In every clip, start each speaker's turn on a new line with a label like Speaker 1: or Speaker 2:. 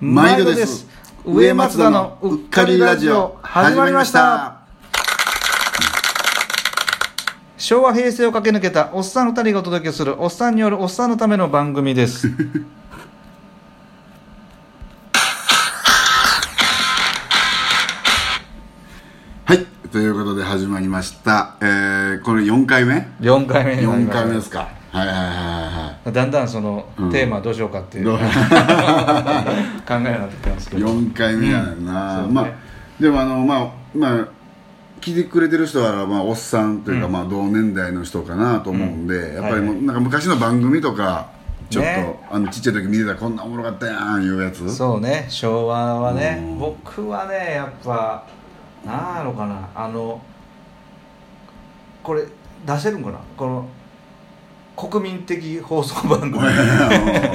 Speaker 1: 毎度です
Speaker 2: 上松田のうっかりラジオ始まりました昭和平成を駆け抜けたおっさん二人がお届けするおっさんによるおっさんのための番組です
Speaker 1: はいということで始まりました、えー、これ4回目
Speaker 2: 4回目になり
Speaker 1: 4
Speaker 2: ました
Speaker 1: 回目ですかはいはいは
Speaker 2: だんだんその、テーマどうしようかっていう
Speaker 1: ど
Speaker 2: 考
Speaker 1: う
Speaker 2: えになってきたんですけ
Speaker 1: いはい
Speaker 2: ど
Speaker 1: 4回目やな、
Speaker 2: うんそう
Speaker 1: ま
Speaker 2: ね
Speaker 1: あでもあのまあまあ聞いてくれてる人は、まあ、おっさんというか、まあ、同年代の人かなと思うんで、やっぱりもう、
Speaker 2: は
Speaker 1: なんか昔の番組とかちょっと、
Speaker 2: ね
Speaker 1: あのちっちゃい時見てたらこんなおもろかったやんいうやつ
Speaker 2: そうね昭和はね
Speaker 1: うん
Speaker 2: 僕はねやっぱなんやろかなあのこれ出せるんかなこの国民的放送番 組
Speaker 1: うん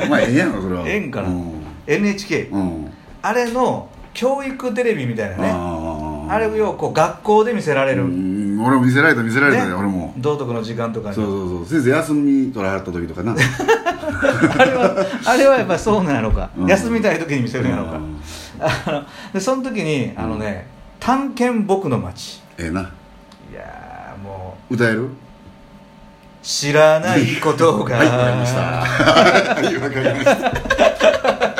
Speaker 1: まあええやんかそれは
Speaker 2: ええんかな
Speaker 1: うん、
Speaker 2: NHK
Speaker 1: うん
Speaker 2: あれの教育テレビみたいなね
Speaker 1: あー
Speaker 2: あれをようこう学校で見せられ
Speaker 1: う
Speaker 2: る、
Speaker 1: ん俺も見せられた見せられたで、
Speaker 2: ね
Speaker 1: 俺も
Speaker 2: 道徳の時間とかに
Speaker 1: そうそうそう先生休み取られた時とかな
Speaker 2: あれはあれはやっぱそうなんやろか、
Speaker 1: うん
Speaker 2: 休みたい時に見せるんやろか、
Speaker 1: うん
Speaker 2: あのでその時にあのね「探検僕の街
Speaker 1: ええな」
Speaker 2: いやーもう
Speaker 1: 歌える
Speaker 2: 知らないことが、
Speaker 1: はいわかりましたはいわかりま した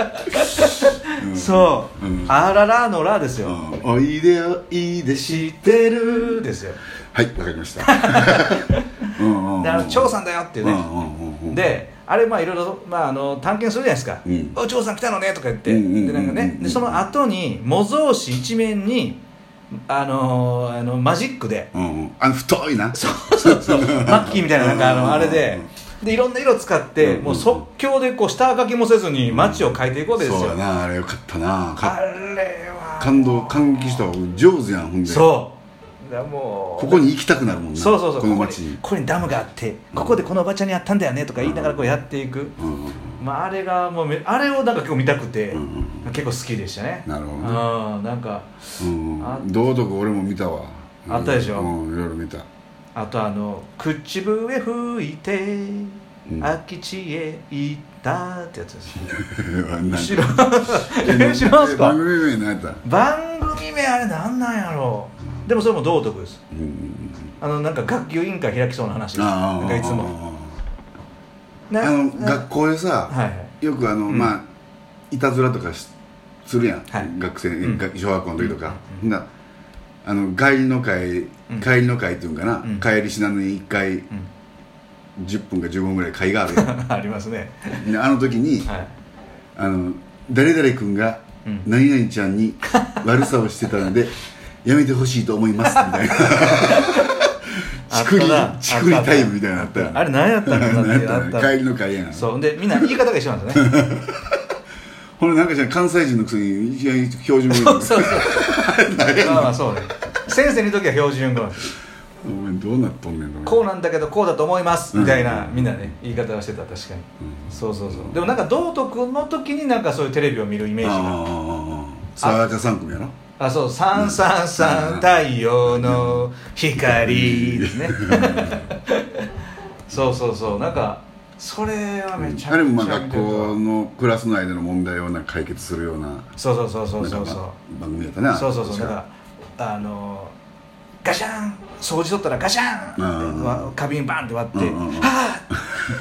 Speaker 2: そう、
Speaker 1: うん
Speaker 2: あららのらですよ、
Speaker 1: うんおいでよいいで
Speaker 2: 知っ
Speaker 1: して
Speaker 2: るですよ、
Speaker 1: はいわかりました うんうんうん
Speaker 2: であの張さんだよっていうね、
Speaker 1: うんうんうんうん
Speaker 2: であれまあいろいろ、まあ、あの探検するじゃないですか「
Speaker 1: うん
Speaker 2: お嬢さん来たのね」とか言って、
Speaker 1: うんうんうんうん
Speaker 2: でなんかねでその後に模造紙一面にあのーあのマジックで
Speaker 1: うんうんあの太いな
Speaker 2: そうそうそうマッキーみたいななんかあ
Speaker 1: うんうんう
Speaker 2: の
Speaker 1: ん
Speaker 2: あれででいろんな色使って、
Speaker 1: うん
Speaker 2: もう即興でこう下書きもせずに街を描いていこうですよ、
Speaker 1: そうやなあれよかったな
Speaker 2: あ
Speaker 1: か
Speaker 2: れは
Speaker 1: 感動感激したわ上手やんほんで
Speaker 2: そうだからもう
Speaker 1: ここに行きたくなるもんな
Speaker 2: そうそうそう
Speaker 1: この街に
Speaker 2: ここにここにダムがあってここでこのおばちゃんにあったんだよねとか言いながらこうやっていく、
Speaker 1: うんうんうん
Speaker 2: まあ、あれがもうめあれをなんか結構見たくて、
Speaker 1: うんうん
Speaker 2: 結構好きでしたね
Speaker 1: なるほどね
Speaker 2: うんなんか
Speaker 1: うん
Speaker 2: あ
Speaker 1: うん道徳俺も見たわ
Speaker 2: あったでしょ
Speaker 1: うんいろいろ見た
Speaker 2: あとあの「口笛吹いて、
Speaker 1: うん
Speaker 2: 空き地へ行った」ってやつです後
Speaker 1: 後
Speaker 2: ろえ知らんすか
Speaker 1: 番組名何やった
Speaker 2: 番組名あれなんなんやろうでもそれも道徳です
Speaker 1: うんうんうん
Speaker 2: あのなんか学級委員会開きそうな話です
Speaker 1: ああ
Speaker 2: なんかいつも
Speaker 1: あ
Speaker 2: な
Speaker 1: あの
Speaker 2: な
Speaker 1: 学校で
Speaker 2: は
Speaker 1: さ
Speaker 2: いはい
Speaker 1: よくあの
Speaker 2: ん
Speaker 1: まあいたずらとかしするや
Speaker 2: はい
Speaker 1: ん学生
Speaker 2: ん
Speaker 1: が小学校の時とか
Speaker 2: う
Speaker 1: ほんなあの帰りの会
Speaker 2: うん
Speaker 1: 帰りの会っていうんかな
Speaker 2: うん
Speaker 1: 帰りしなのに1回
Speaker 2: うん
Speaker 1: 10分か15分ぐらい会があるや
Speaker 2: ありますね
Speaker 1: んであの時に
Speaker 2: はい
Speaker 1: あの誰々君が
Speaker 2: うん
Speaker 1: 何々ちゃんに悪さをしてた のでやめてほしいと思いますみたいな
Speaker 2: あっ
Speaker 1: ちくり
Speaker 2: たな
Speaker 1: ちくりタイムみたいなのあったよ
Speaker 2: あれ何やったんだ っ
Speaker 1: 何
Speaker 2: て
Speaker 1: や
Speaker 2: な
Speaker 1: っ
Speaker 2: ったた
Speaker 1: の帰りの会やん
Speaker 2: そうでみんな言い方が一緒なんです よね
Speaker 1: ほらなんかじゃ関西人のくせにいきなり標準語
Speaker 2: そうそう そうまあまあそうね先生の時は標準語なんです
Speaker 1: お前どうなっとんねん
Speaker 2: こうなんだけどこうだと思いますみたいな
Speaker 1: うん
Speaker 2: みんなね言い方をしてた確かに
Speaker 1: うん
Speaker 2: そうそうそうでもなんか道徳の時になんかそういうテレビを見るイメージが
Speaker 1: ああ沢田三組やろ
Speaker 2: あそう「三三三太陽の光」ですねそうそうそうなんかそれはめちゃくちゃ
Speaker 1: あれもまあ
Speaker 2: 見
Speaker 1: 学
Speaker 2: てる
Speaker 1: 校のクラス内での問題をなんか解決するような
Speaker 2: そうそうそうそう
Speaker 1: な
Speaker 2: そ
Speaker 1: ん
Speaker 2: う
Speaker 1: か
Speaker 2: そう
Speaker 1: まあ番組やったな
Speaker 2: そうそうそうだ
Speaker 1: 確
Speaker 2: からあのーガシャン掃除取ったらガシャンって
Speaker 1: うん
Speaker 2: わ花瓶バンって割って
Speaker 1: うんうんうん
Speaker 2: 「はあ!」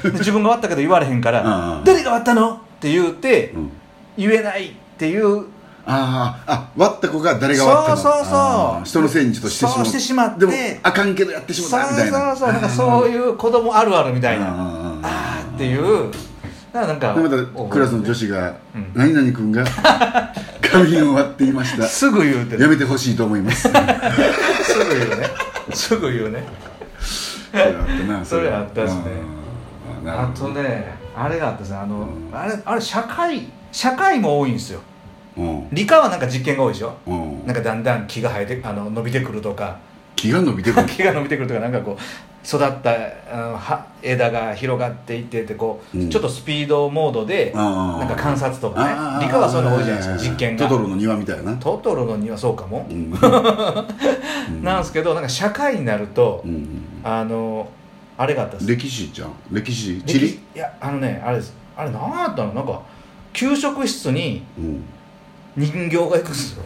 Speaker 2: で自分が割ったけど言われへんか
Speaker 1: うん
Speaker 2: ら
Speaker 1: う
Speaker 2: 「
Speaker 1: ん
Speaker 2: 誰が割ったの?」って言うて
Speaker 1: うん
Speaker 2: 言えないっていう
Speaker 1: あああ割った子が誰が割ったの
Speaker 2: そうそうそう
Speaker 1: ああ人のせいにちょっとしてしま
Speaker 2: そうしてしまって
Speaker 1: でもあかんけどやってし
Speaker 2: そう
Speaker 1: まったみたいな
Speaker 2: そうそうなんかそう
Speaker 1: う
Speaker 2: いう子供あるあるみたいな
Speaker 1: あああ
Speaker 2: あーっていうなんかなんか
Speaker 1: あでまたクラスの女子が「何々 君が髪を割っていました
Speaker 2: すぐ言うて
Speaker 1: や
Speaker 2: ね
Speaker 1: めてほしいと思い ます」ってあ
Speaker 2: すぐ言うねすぐ言うね
Speaker 1: ったな
Speaker 2: それあったっすね
Speaker 1: ああなる
Speaker 2: あ
Speaker 1: ほ
Speaker 2: と
Speaker 1: ど
Speaker 2: ねあれがあったですねあの、
Speaker 1: うん
Speaker 2: あれあれ社会社会も多いんですよ
Speaker 1: うん
Speaker 2: 理科はなんか実験が多いでしょ
Speaker 1: うん
Speaker 2: なんかだんだん木が生えてあの伸びてくるとか
Speaker 1: 気が伸びて くる
Speaker 2: 木が伸びてくるとかなんかこう育ったあのは枝が広がっていってってこう、
Speaker 1: うん
Speaker 2: ちょっとスピードモードで
Speaker 1: あー
Speaker 2: なんか観察とか
Speaker 1: ああ
Speaker 2: ね理科はそういうの多いじゃないですか実験が
Speaker 1: トトロの庭み たいな
Speaker 2: トトロの庭そうかも
Speaker 1: う、んうん
Speaker 2: なんですけどなんか社会になると、
Speaker 1: うん
Speaker 2: あのあれがあったんです
Speaker 1: 歴史じゃん歴史地理
Speaker 2: いやあのねあれですあれ何やったのなんか給食室に
Speaker 1: うん
Speaker 2: 人形が行くんです よ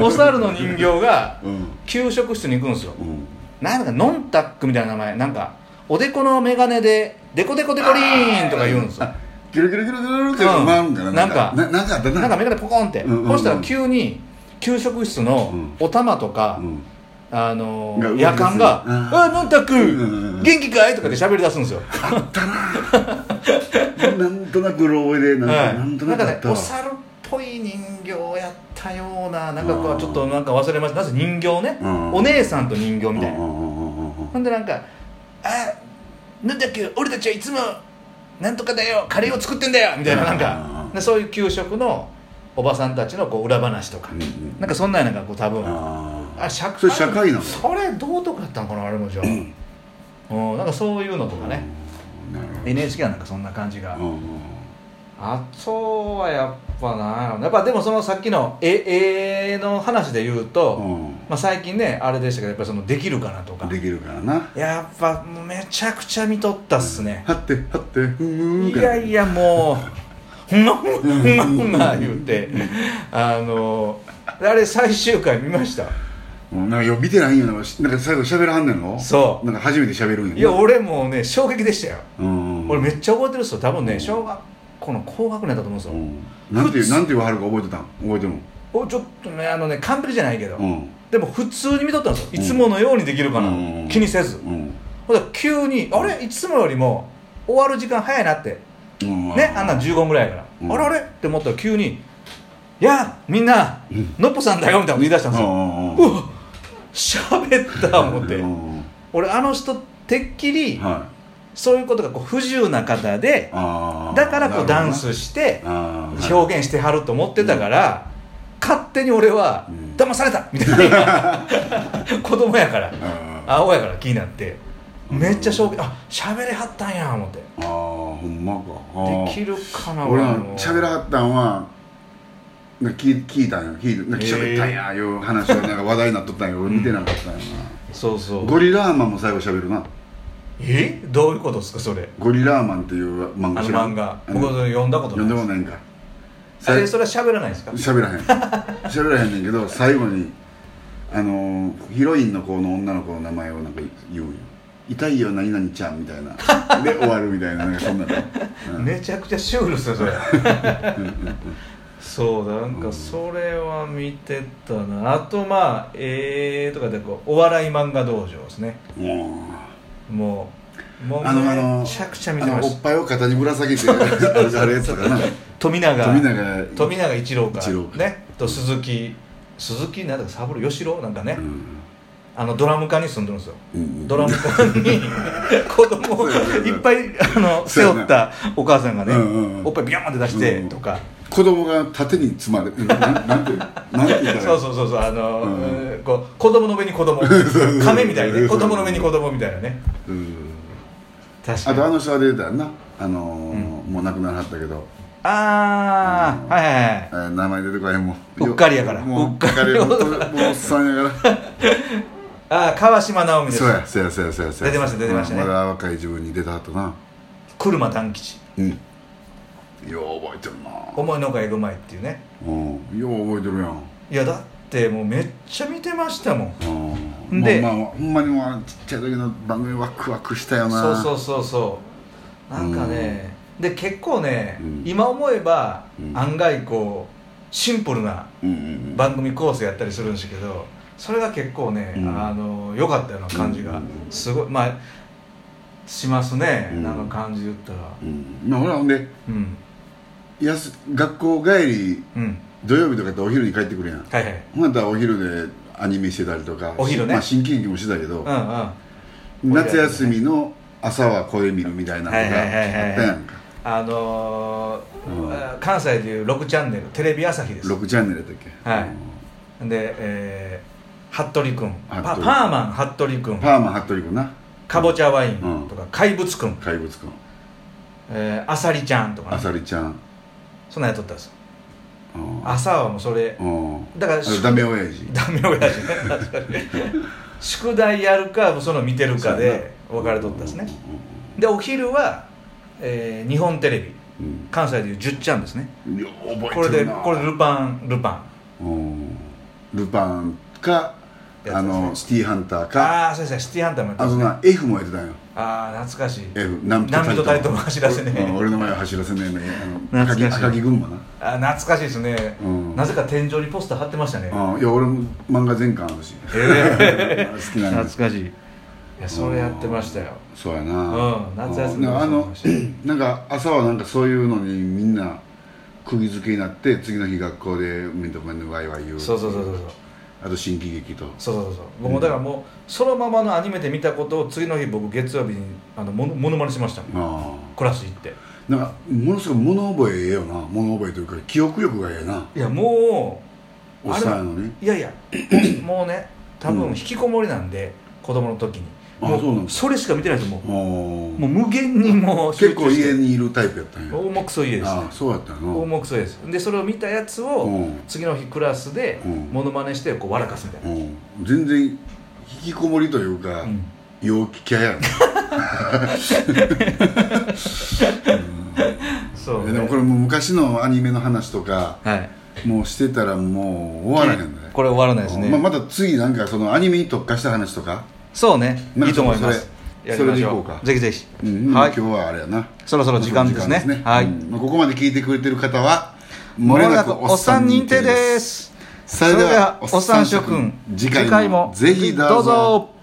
Speaker 2: お猿の人形が
Speaker 1: うん
Speaker 2: 給食室に行くんですよ
Speaker 1: うん
Speaker 2: なんかノンタックみたいな名前なんかおでこの眼鏡でデコデコデコリーンとか言うんですよ
Speaker 1: あキルキルキルキルって回るんだな
Speaker 2: なんか
Speaker 1: ななんかあったな
Speaker 2: なんか眼鏡ポコンって、
Speaker 1: うんうんうん
Speaker 2: そしたら急に給食室のお玉とか、
Speaker 1: うん
Speaker 2: あの
Speaker 1: が
Speaker 2: ー、夜間が「
Speaker 1: うん
Speaker 2: あノンタック、
Speaker 1: んうんうん
Speaker 2: 元気かい?」とかで喋り出すんですよ
Speaker 1: なんとなくうろ覚えでなんか、
Speaker 2: はい
Speaker 1: なんとなくあ
Speaker 2: ね
Speaker 1: ったわ
Speaker 2: お猿っぽい人形をやったようななんかこ
Speaker 1: あ
Speaker 2: う
Speaker 1: ー
Speaker 2: ちょっとなんか忘れましたなぜ人形ね、
Speaker 1: うん
Speaker 2: お姉さんと人形みたいな、
Speaker 1: うんうんうんうんうん
Speaker 2: ほんでなんか「あなんだっけ俺たちはいつもなんとかだよカレーを作ってんだよ」みたいななん
Speaker 1: うんうん
Speaker 2: か
Speaker 1: うん
Speaker 2: でそういう給食のおばさんたちのこう裏話とか、
Speaker 1: うんうん
Speaker 2: なんかそんななんかこう多分
Speaker 1: あ
Speaker 2: あ社会
Speaker 1: それ社会なの
Speaker 2: それどうとかやったんかなあれもじゃあ、うん、なんかそういうのとかね、
Speaker 1: ーなる
Speaker 2: NHK はなんかそんな感じが、
Speaker 1: ほどうんうん
Speaker 3: あとはやっぱなやっぱでもそのさっきの絵絵の話で言うと、まあ、最近ねあれでしたけどやっぱりそのできるかなと
Speaker 1: う
Speaker 2: か
Speaker 1: んできるからな
Speaker 2: やっぱもうめちゃくちゃ見とったっすね、
Speaker 1: はってはってふーん
Speaker 2: いやいやもう「ふんがふんふんがふんが」言うてあのあれ最終回見ました
Speaker 1: うんなんかよう見てないんやななんか最後喋らはんねんの
Speaker 2: そう
Speaker 1: なんか初めて喋るんやない
Speaker 2: や俺もうね衝撃でしたよ、
Speaker 1: うんうん
Speaker 2: 俺めっちゃ覚えてるっすよ多分ね小学校の高学年だと思うんですよ、
Speaker 1: うんなんていうなんていうはるか覚えてたん覚えても
Speaker 2: おちょっとねあのね完璧じゃないけど、
Speaker 1: うん
Speaker 2: でも普通に見とったんですよいつものようにできるかな、
Speaker 1: うん
Speaker 2: 気にせず
Speaker 1: うん
Speaker 2: ほんで急にあれいつもよりも終わる時間早いなって
Speaker 1: うん
Speaker 2: ねあんなん15分ぐらいやから、
Speaker 1: うん
Speaker 2: あれあれって思ったら急に「やあみんな、
Speaker 1: うん
Speaker 2: のっぽさんだよ」みたいなこと言い出したんですよ、
Speaker 1: うん
Speaker 2: うわ喋った思って、
Speaker 1: うんうん
Speaker 2: 俺あの人てっきり
Speaker 1: は
Speaker 2: そういうことがこう不自由な方
Speaker 1: い
Speaker 2: で
Speaker 1: あー
Speaker 2: だからこう
Speaker 1: な
Speaker 2: ダ
Speaker 1: るほどな
Speaker 2: ンスして
Speaker 1: あーはい
Speaker 2: 表現してはると思ってたから、勝手に俺は
Speaker 1: うん
Speaker 2: 騙されたみたいな 子供やから
Speaker 1: あー
Speaker 2: 青やから気になって
Speaker 1: うん
Speaker 2: めっちゃ衝撃あ喋れはったんや思って
Speaker 1: あーほんまかあー
Speaker 2: できるかな
Speaker 1: 俺は
Speaker 2: も
Speaker 1: 喋らはったんはなんか聞い聞いたんよ聞いてなんか喋ったんやいう話がなんか話題になっとったんよ俺見てなかったんや
Speaker 2: そうそ
Speaker 1: な、
Speaker 2: う
Speaker 1: ゴリラーマンも最後喋るな
Speaker 2: えどういうことですかそれ
Speaker 1: ゴリラーマンっていう
Speaker 2: あ
Speaker 1: 漫画
Speaker 2: の
Speaker 1: 知らん
Speaker 2: 漫画
Speaker 1: あ
Speaker 2: 僕
Speaker 1: の
Speaker 2: は読んだこと
Speaker 1: 読んで
Speaker 2: ない
Speaker 1: もないんか
Speaker 2: あれ
Speaker 1: 最
Speaker 2: それは喋らないですか
Speaker 1: 喋らへん喋らへんねんけど最後にあのーヒロインの子の女の子の名前をなんか言うんよ痛いよ何々ちゃんみたいなで終わるみたいななんかそんなの、うん
Speaker 2: めちゃくちゃシュールですよそ れそうだなんかそれは見てたなあとまあえー、とかでこうお笑い漫画道場ですね
Speaker 1: もう
Speaker 2: もうもう
Speaker 1: あのあの
Speaker 2: めちゃくちゃ見て
Speaker 1: あ
Speaker 2: ま
Speaker 1: のお
Speaker 2: し
Speaker 1: っぱいを肩にぶら下げてあれやつかな
Speaker 2: た 富永
Speaker 1: 富永
Speaker 2: 富永一郎か
Speaker 1: 一郎か
Speaker 2: ねと鈴木鈴木なんだかサブロ吉郎なんかね、
Speaker 1: うん
Speaker 2: あのドラム科に住んでるんですよ
Speaker 1: うん
Speaker 2: ドラム科 に子供をいっぱいあの背負ったお母さんがね、
Speaker 1: うんうんうん
Speaker 2: おっぱいビョーンって出してとか、
Speaker 1: 子供が縦に積まれてななんてなんて言ったら
Speaker 2: そうそうそうそうあの、
Speaker 1: うんうん
Speaker 2: えーこう子供の上に子 供亀みたいにね子供の上に子供みたいなね
Speaker 1: うん
Speaker 2: 確か
Speaker 1: あ
Speaker 2: に
Speaker 1: とあの人は出てたよなあのーもう亡くならはったけど、
Speaker 2: ああーはいはいはい
Speaker 1: えー名前出てこへんもん
Speaker 2: うっかりやから
Speaker 1: もう
Speaker 2: う
Speaker 1: う
Speaker 2: っ
Speaker 1: っ
Speaker 2: か
Speaker 1: か
Speaker 2: り
Speaker 1: りもうもうおっさんやから
Speaker 2: ああ川島直 美です
Speaker 1: そうやそうやそうやそうやそうや
Speaker 2: 出てました出てましたね
Speaker 1: うんまだ若い自分に出たはったな
Speaker 2: 車短吉
Speaker 1: うんよう覚えてるな
Speaker 2: 思いのほかえぐまいっていうね
Speaker 1: うんよう覚えてるやん
Speaker 2: いやだってもうめっちゃ見てましたもん
Speaker 1: うん
Speaker 2: で
Speaker 1: まあまあほんまにもうあのちっちゃい時の番組ワクワクしたよな
Speaker 2: そうそうそうそうなんかね、で結構ね、
Speaker 1: うん
Speaker 2: 今思えば、
Speaker 1: うん
Speaker 2: 案外こうシンプルな
Speaker 1: うんうん
Speaker 2: 番組構成やったりするんですけどそれが結構ね、
Speaker 1: うん
Speaker 2: あの良かったような感じが
Speaker 1: うん
Speaker 2: すごいまあしますね、
Speaker 1: うん
Speaker 2: なんか感じ言ったら
Speaker 1: うんうんまあ俺はほんで
Speaker 2: うん
Speaker 1: やす学校帰り
Speaker 2: うん
Speaker 1: 土曜日とかってお昼に帰ってくるやん
Speaker 2: はいはい
Speaker 1: ほんだらお昼でアニメしてたりとか
Speaker 2: お昼ね
Speaker 1: まあ、新喜劇もしてたけど、
Speaker 2: うんうん
Speaker 1: 夏休みの朝はこれ見るみたいなのがあ
Speaker 2: は
Speaker 1: っ
Speaker 2: いはいはいはい
Speaker 1: たやんか
Speaker 2: あのー
Speaker 1: う
Speaker 2: 関西でいう6チャンネルテレビ朝日です
Speaker 1: 6チャンネルやったっけ、
Speaker 2: はい
Speaker 1: うん
Speaker 2: で、えー、服部君パパ
Speaker 1: 服部
Speaker 2: ーマン服部君
Speaker 1: パーマ服部君な
Speaker 2: かぼちゃワインとか、
Speaker 1: う
Speaker 2: 怪物くん、
Speaker 1: 怪物君
Speaker 2: えー、あさりちゃんとか、
Speaker 1: あ
Speaker 2: ね、
Speaker 1: さりちゃん
Speaker 2: そんなんやっとったんですよ
Speaker 1: うん
Speaker 2: 朝はもうそれ
Speaker 1: うん
Speaker 2: だから
Speaker 1: あとダメ親父
Speaker 2: ダメ親 父ね確かに宿題やるかもうその見てるか
Speaker 1: そうや
Speaker 2: で
Speaker 1: な
Speaker 2: 分かれとったんですねでお昼はえー日本テレビ
Speaker 1: うん
Speaker 2: 関西でいう「じゅっちゃん」ですね
Speaker 1: いや
Speaker 2: こ
Speaker 1: 覚
Speaker 2: れ
Speaker 1: えて
Speaker 2: で
Speaker 1: るな
Speaker 2: これルパンルパン
Speaker 1: うんルパンか
Speaker 2: やつですね
Speaker 1: あのシティーハンターか
Speaker 2: ああーそうですねシティハンターもやって
Speaker 1: あ
Speaker 2: ま
Speaker 1: の
Speaker 2: すね
Speaker 1: な F もやってたんよ
Speaker 2: ああ懐かしい
Speaker 1: F ナミ
Speaker 2: ナミとタイトルも走らせねえ
Speaker 1: うん俺の前は走らせねえのにあの赤
Speaker 2: 懐
Speaker 1: 木
Speaker 2: かしい
Speaker 1: 赤木群馬な
Speaker 2: あー懐かしいですね、
Speaker 1: うん
Speaker 2: なぜか天井にポスター貼ってましたね、
Speaker 1: うんいや俺も漫画全巻あるし
Speaker 2: えー
Speaker 1: 好きなんです
Speaker 2: 懐かしいいやそれやってましたよ
Speaker 1: そうや
Speaker 2: う
Speaker 1: なん
Speaker 2: 夏休み
Speaker 1: うんあ
Speaker 2: も
Speaker 1: の
Speaker 2: そうだ
Speaker 1: なんか朝はなんかそういうのにみんな釘付けになって次の日学校でみんなでワイワイ言う
Speaker 2: そうそうそうそうそう
Speaker 1: あと新喜劇と
Speaker 2: そうそうそうそう僕もだからもうそのままのアニメで見たことを次の日僕月曜日にあのものモノマネしましたもん
Speaker 1: あ
Speaker 2: クラス行って
Speaker 1: あなんかものすごい物覚えええよな物覚えというか記憶力がええない
Speaker 2: やもう
Speaker 1: おっさんやのに
Speaker 2: いや いやもうね多分
Speaker 1: うん
Speaker 2: 引きこもりなんで、子供の時に
Speaker 1: あ
Speaker 2: も
Speaker 1: そうなんだ
Speaker 2: それしか見てないと思う
Speaker 1: あー
Speaker 2: もう無限にもう
Speaker 1: 結構
Speaker 2: 集中
Speaker 1: 家
Speaker 2: して
Speaker 1: にいるタイプやったんや
Speaker 2: 大目そ家です
Speaker 1: あ
Speaker 2: ね
Speaker 1: あそうやったよな
Speaker 2: 大目そ家ですでそれを見たやつを、
Speaker 1: うん
Speaker 2: 次の日クラスで
Speaker 1: うん
Speaker 2: モノマネしてこう笑かすみたいな、
Speaker 1: うん全然引きこもりというか、
Speaker 2: うん
Speaker 1: 陽気ややん
Speaker 2: そう
Speaker 1: でもこれもう昔のアニメの話とか
Speaker 2: はい
Speaker 1: もうしてたらもう終わらへんね
Speaker 2: これ終わらないですね、
Speaker 1: まあ、また次なんかそのアニメに特化した話とか、
Speaker 2: そうね
Speaker 1: なんか
Speaker 2: いいと思います
Speaker 1: それ
Speaker 2: やりまし
Speaker 1: それでいこ
Speaker 2: ょ
Speaker 1: うか
Speaker 2: うぜひぜひ、
Speaker 1: うん
Speaker 2: はい
Speaker 1: 今日はあれやな
Speaker 2: そろそろ時間ですね
Speaker 1: そろそろ時間
Speaker 2: はい
Speaker 1: うんまあここまで聞いてくれてる方はも
Speaker 2: ま
Speaker 1: れ
Speaker 2: も
Speaker 1: な
Speaker 2: な
Speaker 1: く
Speaker 2: く
Speaker 1: お
Speaker 2: おっ
Speaker 1: っさ
Speaker 2: さ
Speaker 1: ん
Speaker 2: ん認
Speaker 1: 認定
Speaker 2: 定
Speaker 1: で
Speaker 2: ですす
Speaker 1: それでは
Speaker 2: おっさん諸
Speaker 1: お
Speaker 2: 君
Speaker 1: っさん諸君次回もぜひどうぞ
Speaker 2: どうぞ